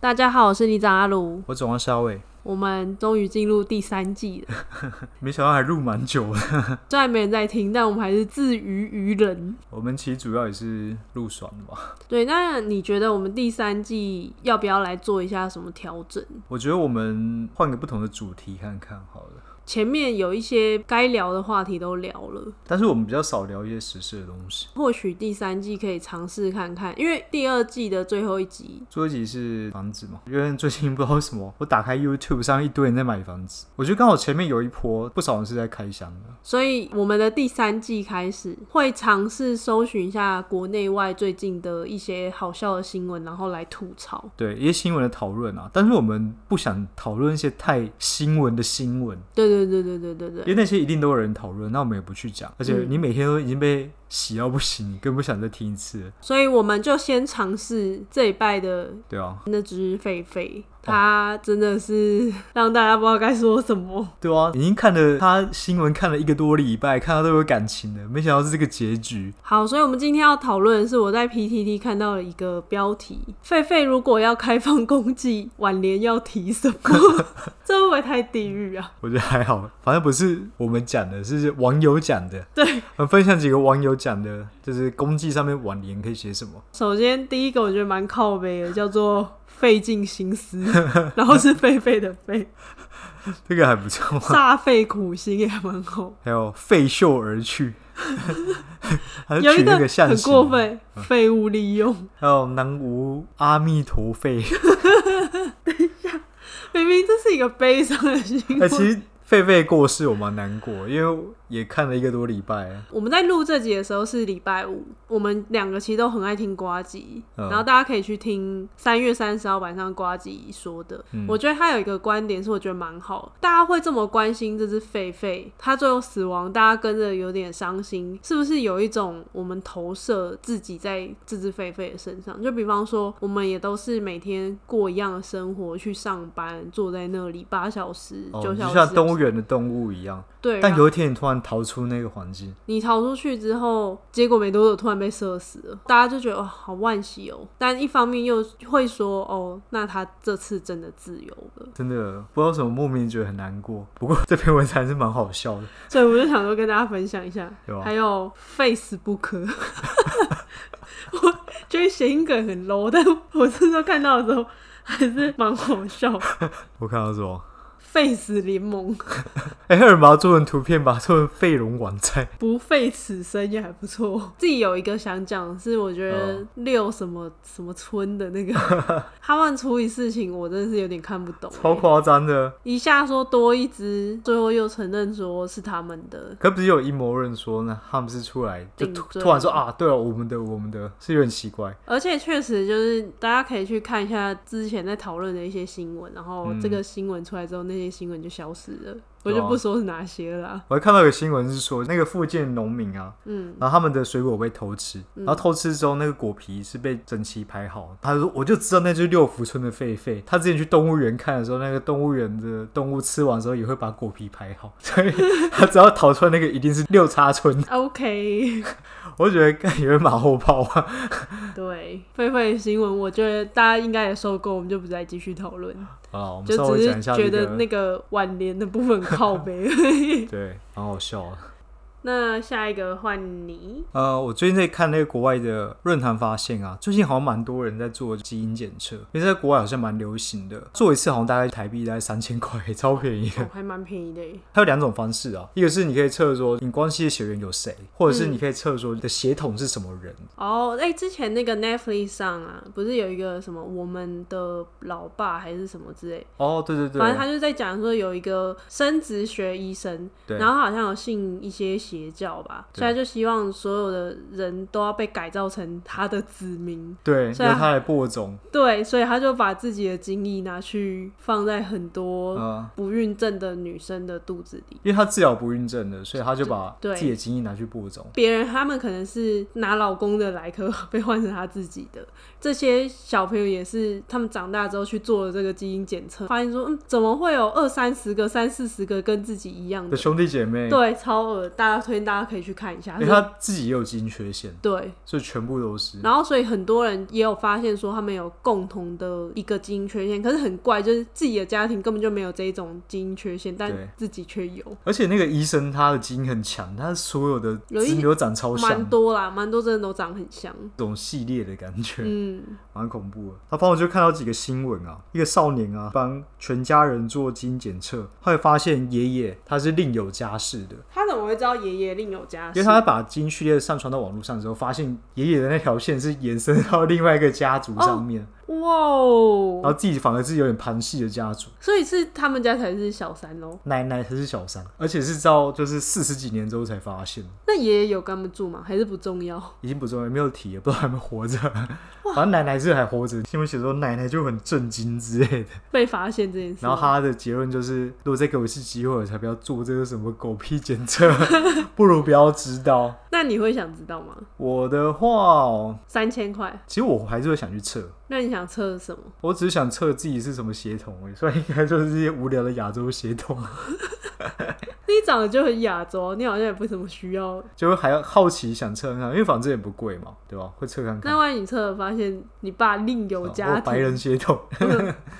大家好，我是里长阿卢，我转到沙尾，我们终于进入第三季了。没想到还录蛮久的。虽然没人在听，但我们还是自娱于人。我们其实主要也是录爽的吧。对，那你觉得我们第三季要不要来做一下什么调整？ 我觉得我们换个不同的主题看看好了。前面有一些该聊的话题都聊了，但是我们比较少聊一些时事的东西。或许第三季可以尝试看看，因为第二季的最后一集，最后一集是房子嘛，因为最近不知道为什么，我打开 YouTube 上一堆人在买房子，我觉得刚好前面有一波不少人是在开箱的。所以我们的第三季开始会尝试搜寻一下国内外最近的一些好笑的新闻，然后来吐槽。对一些新闻的讨论啊，但是我们不想讨论一些太新闻的新闻，对对对对对对因为那些一定都有人讨论，那我们也不去讲。而且嗯你每天都已经被洗到不行，你更不想再听一次了，所以我们就先尝试这一拜的对啊，那只狒狒，它真的是 让大家不知道该说什么。对啊，已经看了他新闻看了一个多礼拜，看到都有感情了，没想到是这个结局。好，所以我们今天要讨论的是我在 PTT 看到了一个标题：狒狒如果要开放公祭，晚年要提什么？ 这会不会太地狱啊？我觉得还好，反正不是我们讲的，是网友讲的。对，我们分享几个网友讲的，就是公祭上面晚年可以写什么。 首先第一个我觉得蛮靠背的，叫做 费尽心思， 然后是狒狒的 狒，这个还不错。 煞费苦心也蛮好。还有废袖而去， 还有是一取那个嗯象很形过。分，废物利用。还有南无阿弥陀废。明明这是一个悲伤的新哎、闻。其实狒狒过世我蛮难过，因为也看了一个多礼拜。我们在录这集的时候是礼拜五，我们两个其实都很爱听瓜吉，嗯然后大家可以去听三月三十号晚上瓜吉说的。我觉得他有一个观点是我觉得蛮好的，大家会这么关心这只狒狒，它最后死亡，大家跟着有点伤心，是不是有一种我们投射自己在这只狒狒的身上？就比方说，我们也都是每天过一样的生活，去上班，坐在那里八小时、哦，九、就小时，像动物园的动物一样，对，啊然但后有一天你突然逃出那个环境，你逃出去之后，结果没多久突然被射死了，大家就觉得哦好惋惜哦，但一方面又会说哦，那他这次真的自由了，真的不知道为什么莫名觉得很难过。不过这篇文章还是蛮好笑的，所以我就想说跟大家分享一下， 有啊还有 face 不可， 我觉得谐音梗很 low，但我这时候看到的时候还是蛮好笑我看到什么？ ，face 联盟哎、还有人把它做成图片，把它做成废龙网站，不费此生也还不错。 自己有一个想讲的是，我觉得哦六什么什么村的那个他们处理事情，我真的是有点看不懂欸、 超夸张的。一下说多一只，最后又承认说是他们的。可不是有阴谋论说呢，他们是出来就顶突罪突然说啊，对了，我们的我们的是有点奇怪。而且确实就是大家可以去看一下之前在讨论的一些新闻，然后这个新闻出来之后，那些新闻就消失了。我就不说是哪些了啦。我还看到有新闻是说，那个附近的农民啊，嗯，然后他们的水果被偷吃，然后偷吃之后那个果皮是被整齐排好。他说我就知道那就是六福村的狒狒。他之前去动物园看的时候，那个动物园的动物吃完之后也会把果皮排好， 所以他只要逃出来那个一定是六叉村。 OK，我就觉得干有点马后炮啊。对，狒狒的新闻，我觉得大家应该也受够，我们就不再继续讨论。啊，我们就稍微只讲是一下觉这得那个，个晚年的部分很靠背。 对，蛮好笑的。那下一个换 你，呃，我最近在看那个国外的论坛，发现啊，最近好像蛮多人在做基因检测，因为在国外好像蛮流行的，做一次好像大概台币大概三千块，超便宜的哦、还蛮便宜的耶。它有两种方式啊，一个是你可以测说你关系的血缘有谁，或者是你可以测说你的血统是什么人。哦，哎、之前那个 Netflix 上啊，不是有一个什么我们的老爸还是什么之类，哦，对对反正他对，就在讲说有一个生殖学医生，对然后好像有信一些邪教吧，对所以他就希望所有的人都要被改造成他的子民。对，由所以他他来播种，对，所以他就把自己的精力拿去放在很嗯、多不孕症的女生的肚子里。因为他治疗不孕症的，所以他就把对自己的精力拿去播种。别人他们可能是拿老公的来可被换成他自己的，这些小朋友也是他们长大之后去做了这个基因检测，发现说，嗯，怎么会有二三十个、三四十个跟自己一样的的？兄弟姐妹，对，啊超恶，大家推荐大家可以去看一下因为。他自己也有基因缺陷，对，所以全部都是。然后所以很多人也有发现说他们有共同的一个基因缺陷，可是很怪，就是自己的家庭根本就没有这一种基因缺陷，但对自己却有。而且那个医生他的基因很强，他所有的有一子女都长超像蛮，多啦，蛮多真的都长很像。这种系列的感觉。嗯，蛮恐怖的。他帮我就看到几个新闻啊，一个少年啊帮全家人做基因检测，后来发现爷爷他是另有家室的，他怎么会知道爷爷另有家室？因为他把基因序列上传到网络上之后，发现爷爷的那条线是延伸到另外一个家族上面，哇然后哦！自己反而是有点旁系的家族。所以是他们家才是小三喽。奶奶才是小三，而且是到就是四十几年之后才发现，那爷爷有跟他们住吗？还是不重要？ 已经不重要，没有提，也不知道还没活着。反正奶奶是还活着，新闻写说奶奶就很震惊之类的。被发现这件事。然后他的结论就是，如果再给我一次机会，我才不要做这个什么狗屁检测， 不如不要知道。那你会想知道吗？我的话哦，三千块，其实我还是会想去测，那你想测什么？我只是想测自己是什么血统而已，所以应该就是一些无聊的亚洲血统， 你长得就很亚洲，啊你好像也不怎么需要。就会还要好奇想测看看，因为反正也不贵嘛，对吧？会测看看。那万一你测了发现你爸另有哦我家有庭， 白人血统，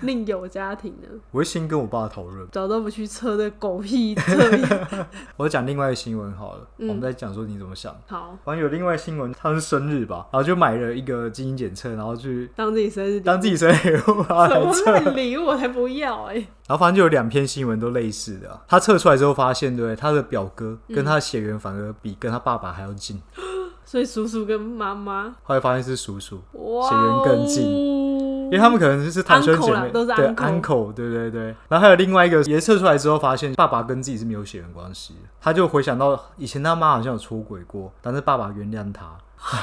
另有家庭呢，我会先跟我爸讨论。早都不去测这狗屁测 验。我讲另外一个新闻好了，嗯我们再讲说你怎么想。好，反正有另外新闻，他是生日吧，然后就买了一个基因检测，然后去当自己生日礼物当自己生日礼物，然后什来么测。烂礼物我才不要哎、然后反正就有两篇新闻都类似的啊、他测出来之后发现，对不对他的表哥嗯跟他的血缘反而比跟他爸爸还要近，所以叔叔跟妈妈，后来发现是叔叔，哇、哦，血缘更近因为他们可能就是堂兄姐 Uncle 啦妹，都是对 uncle uncle，对对对。然后还有另外一个也测出来之后发现，爸爸跟自己是没有血缘关系的，他就回想到以前他妈好像有出轨过，但是爸爸原谅他。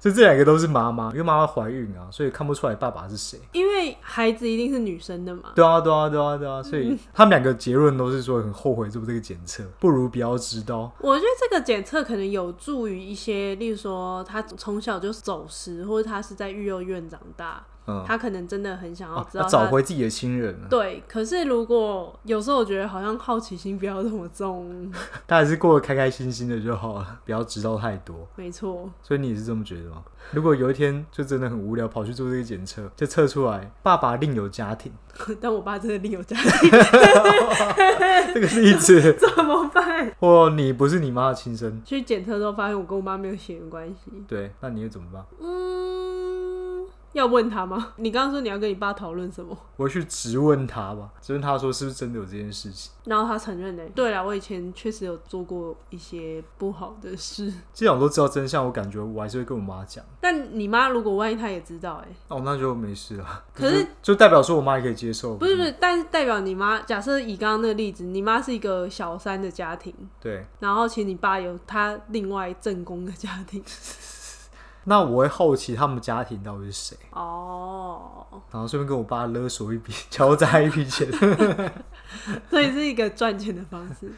所以这两个都是妈妈，因为妈妈怀孕啊，所以看不出来爸爸是谁。因为孩子一定是女生的嘛，对啊，对啊，对啊，对啊，所嗯以他们两个结论都是说很后悔做这个检测，不如不要知道。我觉得这个检测可能有助于一些，例如说他从小就走失，或者他是在育幼院长大，嗯，他可能真的很想要啊哦知道要他。找回自己的亲人啊，对，可是如果有时候我觉得好像好奇心不要这么重， 他还是过得开开心心的就好了，不要知道太多。没错，所以你也是这么觉得吗？如果有一天就真的很无聊，跑去做这个检测，就测出来爸爸另有家庭， 但我爸真的另有家这个例子，庭，怎么办？或你不是你妈的亲生，去检测之后发现我跟我妈没有血缘关系，对，那你会怎么办？嗯，要问他吗？你刚刚说你要跟你爸讨论什么？我会去质问他吧，质问他说是不是真的有这件事情。然后他承认嘞、对啊了，我以前确实有做过一些不好的事。既然我都知道真相，我感觉我还是会跟我妈讲。 但你妈如果万一她也知道、欸，哦，那就没事了。可是就就代表说我妈也可以接受，不是不是，但是代表你妈，假设以刚刚那个例子，你妈是一个小三的家庭，对。然后其实你爸有他另外正宫的家庭。那我会好奇他们家庭到底是谁，哦，然后顺便跟我爸勒索一笔， 敲诈一笔钱， 所以是一个赚钱的方 式。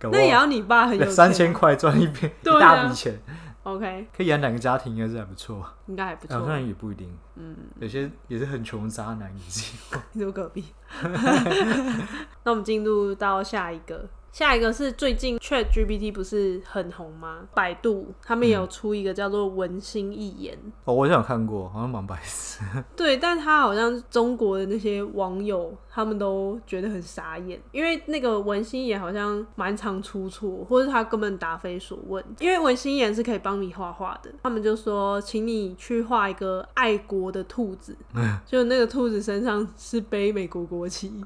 搞不那也好要你爸很有钱啊三千块赚一笔、对啊一大笔钱， ，OK，可以养两个家庭，应该是还不错。应该还不啊错当。然也不一定，嗯，有些也是很穷的渣男，也是 你说隔壁。 那我们进入到下一个，下一个是最近 Chat GPT 不是很红吗？百度他们也有出一个叫做“文心一言”哦，我好像有看过，好像蛮白痴。 对，但他好像中国的那些网友，他们都觉得很傻眼，因为那个文心妍好像蛮常出错，或者他根本答非所问。因为文心妍是可以帮你画画的，他们就说请你去画一个爱国的兔子，就那个兔子身上是背美国国旗，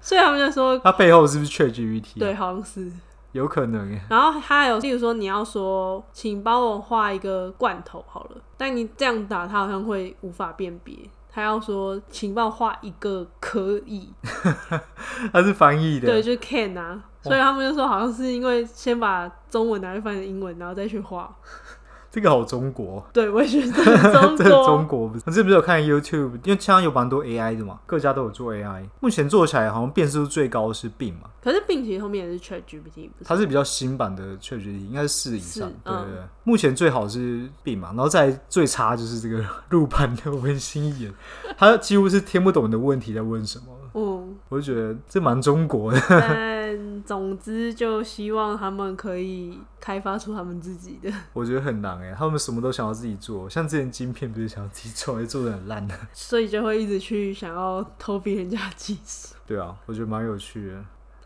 所以他们就说他背后是不是 ChatGPT？对，，好像是。啊有可能 耶。然后还有，例如说你要说，请帮我画一个罐头好了，但你这样打，他好像会无法辨别。他要说，请帮我画一个可以，他是翻译的，对，就是 can 啊，所以他们就说好像是因为先把中文拿去翻成英文，然后再去画。这个好中国，对，我也觉得很中 这国中国不是？我之前不是有看 YouTube，因为现在有蛮多 AI 的嘛，各家都有做 AI。目前做起来好像辨识度最高的是 Bing 嘛，可是并且后面也是 Chat GPT，不是？ 它是比较新版的 ChatGPT，应该是四以上是。对对对嗯，目前最好是 Bing 嘛，然后再来最差就是这个入版的文心一言， 他几乎是听不懂你的问题在问什么。嗯，我就觉得这蛮中国的，但总之就希望他们可以开发出他们自己的。我觉得很难哎、他们什么都想要自己做，像之前晶片不是想要自己做，还做的很 烂的。所以就会一直去想要偷别人家的技术。对啊，我觉得蛮有趣的。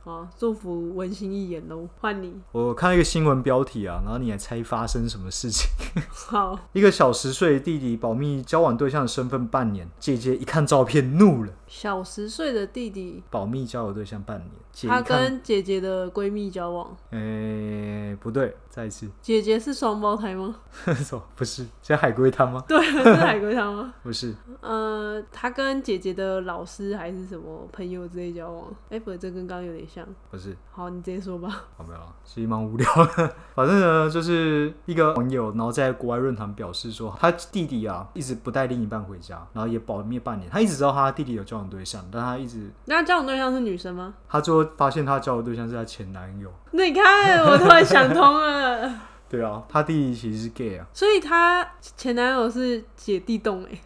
好，祝福文心一言喽，换你。我看到一个新闻标题啊，然后你来猜发生什么事情？ 好，一个小十岁的弟弟保密交往对象的身份半年，姐姐一看照片怒了，小十岁的弟弟，保密交友对象半年，姐他一看，跟姐姐的闺蜜交往，诶、不对，再一次， 姐姐是双胞胎吗？什么不是，像海龟汤吗？ 对，是海龟汤吗？不是， 呃，他跟姐姐的老师还是什么朋友之类交往？哎、不对，这跟刚刚有点像。不是，好，你直接说吧。好没有啊，其实蛮无聊 的。反正呢，就是一个网友，然后在国外论坛表示说，他弟弟啊一直不带另一半回家，然后也保密半年，他一直知道他弟弟有交往对象，但他一直。 那交往对象是女生吗？他最后发现他交往对象是他前男友，那你看，我突然想通 了。对啊，他弟弟其实是 gay 啊，所以她前男友是姐弟洞哎、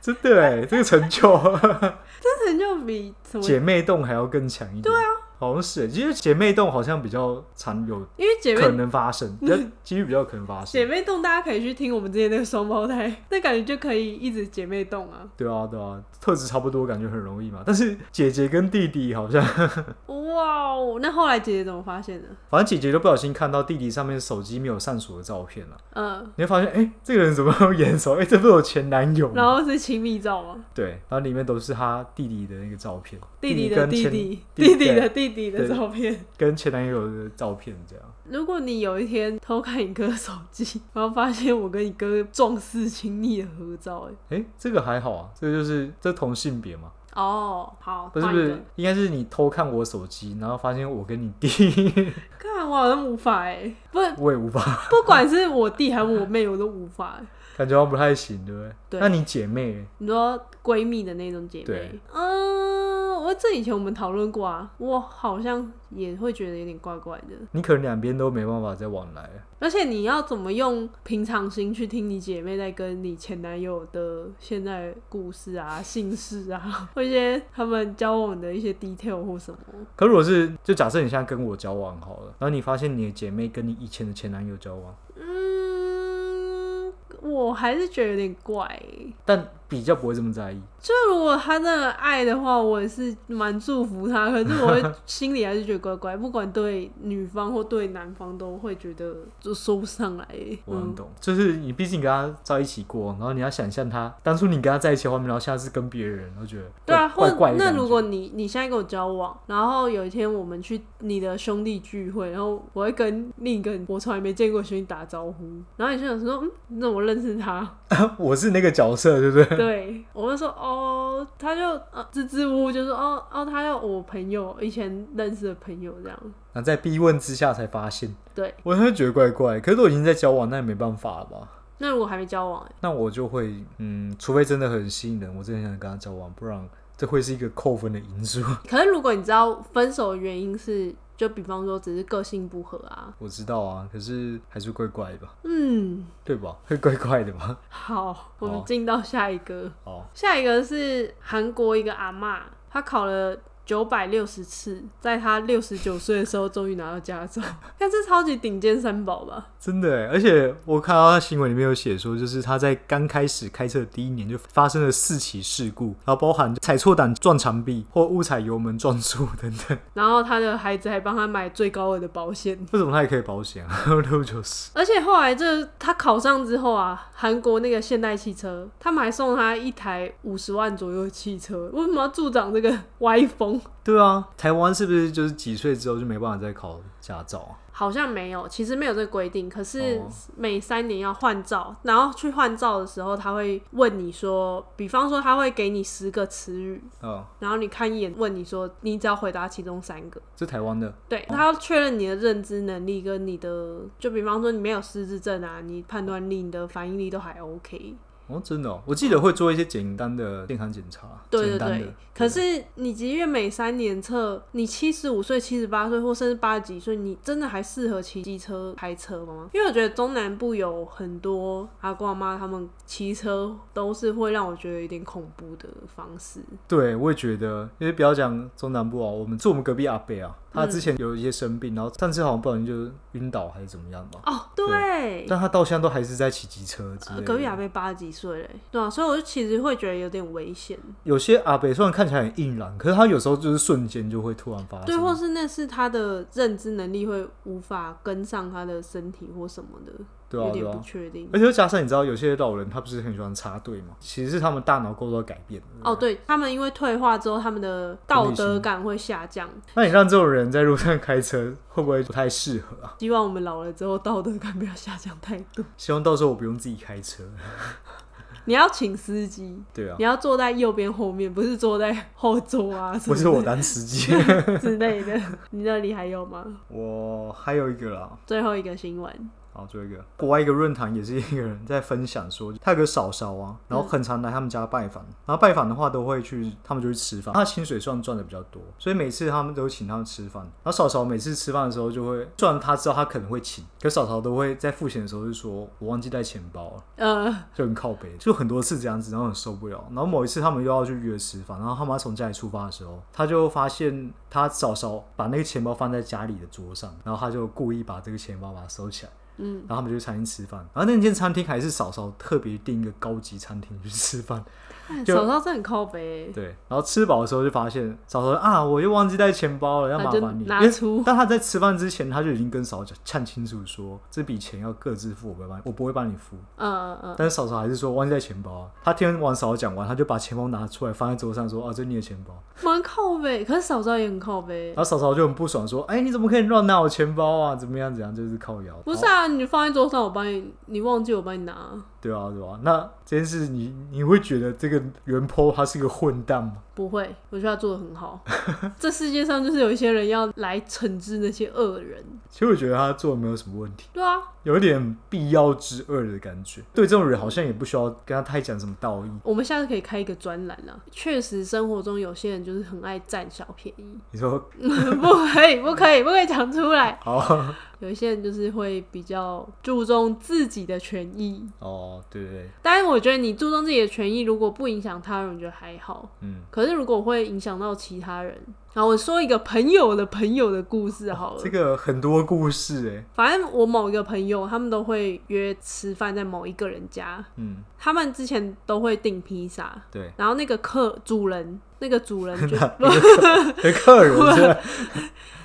真的哎，这个成就这成就比什么姐妹洞还要更强一点。对啊，好像是欸，其实姐妹洞好像比较常有因为姐可妹能发生，比较几率比较可能发姐生。妹洞，大家可以去听我们之前那个双胞胎， 那感觉就可以一直姐妹洞啊。对啊，对啊，特质差不多，感觉很容易嘛。但是姐姐跟弟弟好像， 哇哦，那后来姐姐怎么发现的？反正姐姐都不小心看到弟弟上面手机没有上锁的照片了，嗯，你会发现，哎、这个人怎么有眼熟？哎、这不是我前男友然吗？后是亲密照吗？对，然后里面都是他弟弟的那个照片，弟弟弟的跟弟前弟，弟弟对的弟弟的对照片。跟前男友的照片这样。如果你有一天偷看你哥手机，然后发现我跟你哥壮士亲密的合照，哎，哎、这个还好啊，这个就是这同性别嘛， 哦，好，不是换不一是 个，，应该是你偷看我手机，然后发现我跟你弟， 看我好像无法哎，不，我也无法，不管是我弟还是我妹，我都无法哎。感觉好像不太行，对不对？对那你姐妹，你说闺蜜的那种姐妹对，嗯，我这以前我们讨论过啊，我好像也会觉得有点怪怪的。你可能两边都没办法再往来了，而且你要怎么用平常心去听你姐妹在跟你前男友的现在故事啊、姓氏啊， 或一些他们交往的一些 detail 或什么？可如果是就假设你现在跟我交往好了，然后你发现你的姐妹跟你以前的前男友交往，嗯，我还是觉得有点怪欸、但比较不会这么在意，就如果他真的爱的话，我也是蛮祝福他。可是我会心里还是觉得怪怪，不管对女方或对男方，都会觉得就说不上来。我嗯很，懂，就是你毕竟跟他在一起过，然后你要想象他当初你跟他在一起的画面，然后下次跟别人，我觉得对啊，怪或怪怪的那感觉如果你你现在跟我交往，然后有一天我们去你的兄弟聚会，然后我会跟另一个我从来没见过的兄弟打招呼，然后你就想说，嗯，你怎么认识 他？我是那个角色，对不对？对，我就说哦，他就呃支支吾吾就说哦哦，他要我朋友以前认识的朋友这样。然后在逼问之下才发现，对，我才会觉得怪怪。可是我已经在交往，那也没办法了吧？那如果还没交往、欸，那我就会，嗯，除非真的很吸引人，我真的很想跟他交往，不然这会是一个扣分的因素。 可是如果你知道分手的原因是，就比方说只是个性不合啊，我知道啊，可是还是怪怪的吧，嗯，对吧？ 会怪怪的吧？好，我好们进到下一个，哦，下一个是韩国一个阿嬷，她考了。九百六十次，在她六十九岁的时候，终于拿到驾照。 看这超级顶尖三宝吧？真的耶，而且我看到他新闻里面有写说，就是他在刚开始开车的第一年就发生了四起事故，然后包含踩错档撞墙壁或误踩油门撞树等等。然后她的孩子还帮她买最高额的保险。 为什么他也可以保险 啊？六九十，而且后来这她考上之后啊，韩国那个现代汽车，他们还送她一台五十万左右的汽车。为什么要助长这个歪风？对啊，台湾是不是就是几岁之后就没办法再考驾照啊？好像没有，其实没有这个规定，可是哦每三年要换照，然后去换照的时候，他会问你说，比方说他会给你十个词语，哦，然后你看一眼，问你说，你只要回答其中三个。这台湾的对，他要确认你的认知能力跟你的，就比方说你没有失智症啊，你判断力、你的反应力都还 OK。哦，真的、哦，我记得会做一些简单的健康检查，对对简单的对，，可是你即便每三年测，你七十五岁、七十八岁，或甚至八十几岁，你真的还适合骑机车、开车吗？因为我觉得中南部有很多阿公阿妈他们骑车都是会让我觉得有点恐怖的方式。对，我也觉得，因为不要讲中南部啊，我们住我们隔壁阿北啊，他之前有一些生病，然后上次好像不小心就晕倒还是怎么样吧，哦，对，但他到现在都还是在骑机车之呃类隔壁的。阿贝八十几岁嘞，对啊，所以我就其实会觉得有点危险。有些阿北虽然看起来很硬朗，可是他有时候就是瞬间就会突然发对，生。或是那是他的认知能力会无法跟上他的身体或什么的，对啊有点对啊不确定。而且又加上你知道，有些老人他不是很喜欢插队嘛，其实是他们大脑构造改变了。哦，对他们因为退化之后，他们的道德感会下降。那你让这种人在路上开车，会不会不太适合啊？ 希望我们老了之后道德感不要下降太多。希望到时候我不用自己开车。你要请司机，对啊你，要坐在右边后面，不是坐在后座啊， 不 是我当司机， 之类的。 你那里还有吗？我还有一个啦，最后一个新闻，好，最后一个，国外一个论坛也是一个人在分享说，他有个嫂嫂啊，然后很常来他们家拜访，然后拜访的话都会去，他们就去吃饭，他薪水算赚的比较多，所以每次他们都请他们吃饭，然后嫂嫂每次吃饭的时候就会，虽然他知道他可能会请，可嫂嫂都会在付钱的时候就说，我忘记带钱包了。呃，就很靠北，就很多次这样子，然后很受不了。然后某一次他们又要去约吃饭，然后他妈从家里出发的时候，他就发现他嫂嫂把那个钱包放在家里的桌上，然后他就故意把这个钱包把它收起来。嗯，然后他们就去餐厅吃饭，然后那间餐厅还是嫂嫂特别订一个高级餐厅去吃饭，看就手上是很靠欸背，对，然后吃饱的时候就发现嫂嫂说啊，我又忘记带钱包了，要麻就烦你。拿因为出 但他在吃饭之前，他就已经跟嫂嫂看清楚说，这笔钱要各自付，我不会帮你，我不会帮你付。呃呃，但是嫂嫂还是说忘记带钱包、啊。他听完嫂嫂讲完，他就把钱包拿出来放在桌上说：“啊，这是你的钱包。蛮靠背，可是手上也很靠”背然。后嫂嫂就很不爽说：“哎、你怎么可以乱拿我钱包啊？怎么样怎样，就是靠摇。”不是啊，你放在桌上，我帮你，你忘记我帮你拿，对啊，对啊。那这件事你你会觉得这个原 po 他是个混蛋吗？不会，我觉得他做的很好。 这世界上就是有一些人要来惩治那些恶人，其实我觉得他做的没有什么问题，对啊，有一点必要之恶的感觉。对这种人好像也不需要跟他太讲什么道义。我们下次可以开一个专栏啊。确实，生活中有些人就是很爱占小便宜， 你说不可以，不可以，不可以讲出来。好 有一些人就是会比较注重自己的权益，哦，对对对，但是我觉得你注重自己的权益，如果不影响他人，我觉得还好。嗯，可是如果会影响到其他人，然后我说一个朋友的朋友的故事好了这。个很多故事哎、反正我某一个朋友，他们都会约吃饭在某一个人家，嗯，他们之前都会订披萨，。对 然后那个客主人，那个主人就有客人是吧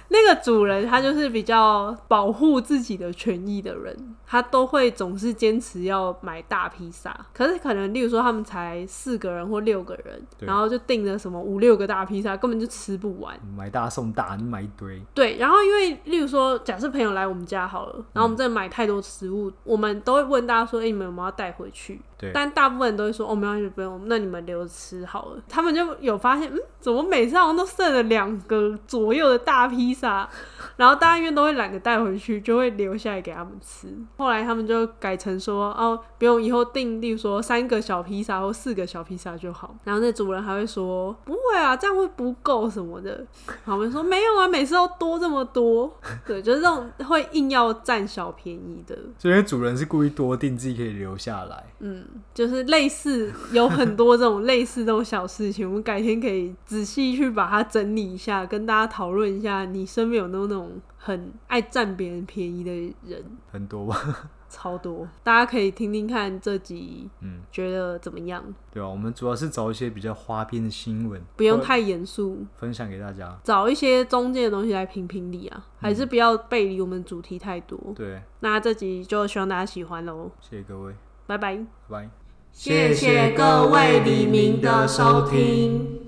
那个主人他就是比较保护自己的权益的人，他都会总是坚持要买大披萨。可是可能例如说他们才四个人或六个人，对然后就订了什么五六个大披萨，根本就吃不完。买大送大，你买一堆，对，然后因为例如说，假设朋友来我们家好了，然后我们真的买太多食物，我们都会问大家说：“哎、你们有没有要带回去？”对但大部分人都会说：“哦，没关系，不用，那你们留着吃好了。”他们就有发现，嗯，怎么每次好像都剩了两个左右的大披萨，然后大家因为都会懒得带回去，就会留下来给他们吃。后来他们就改成说：“哦，不用，以后订，例如说三个小披萨或四个小披萨就好。”然后那主人还会说：“不会啊，这样会不够什么的。”然后我们说没有啊，每次都多这么多，对，就是这种会硬要占小便宜的，所以主人是故意多订，自己可以留下来。嗯，就是类似有很多这种类似这种小事情，我们改天可以仔细去把它整理一下，跟大家讨论一下，你身边有没有那种很爱占别人便宜的人，很 多吧，超多，大家可以听听看这集嗯，觉得怎么样，对啊，我们主要是找一些比较花边的新闻，不用太严肃。分享给大家。找一些中间的东西来评评理啊，还是不要背离我们主题太多。对，那这集就希望大家喜欢喽，谢谢各位，拜拜。拜拜。谢谢各位黎明的收听。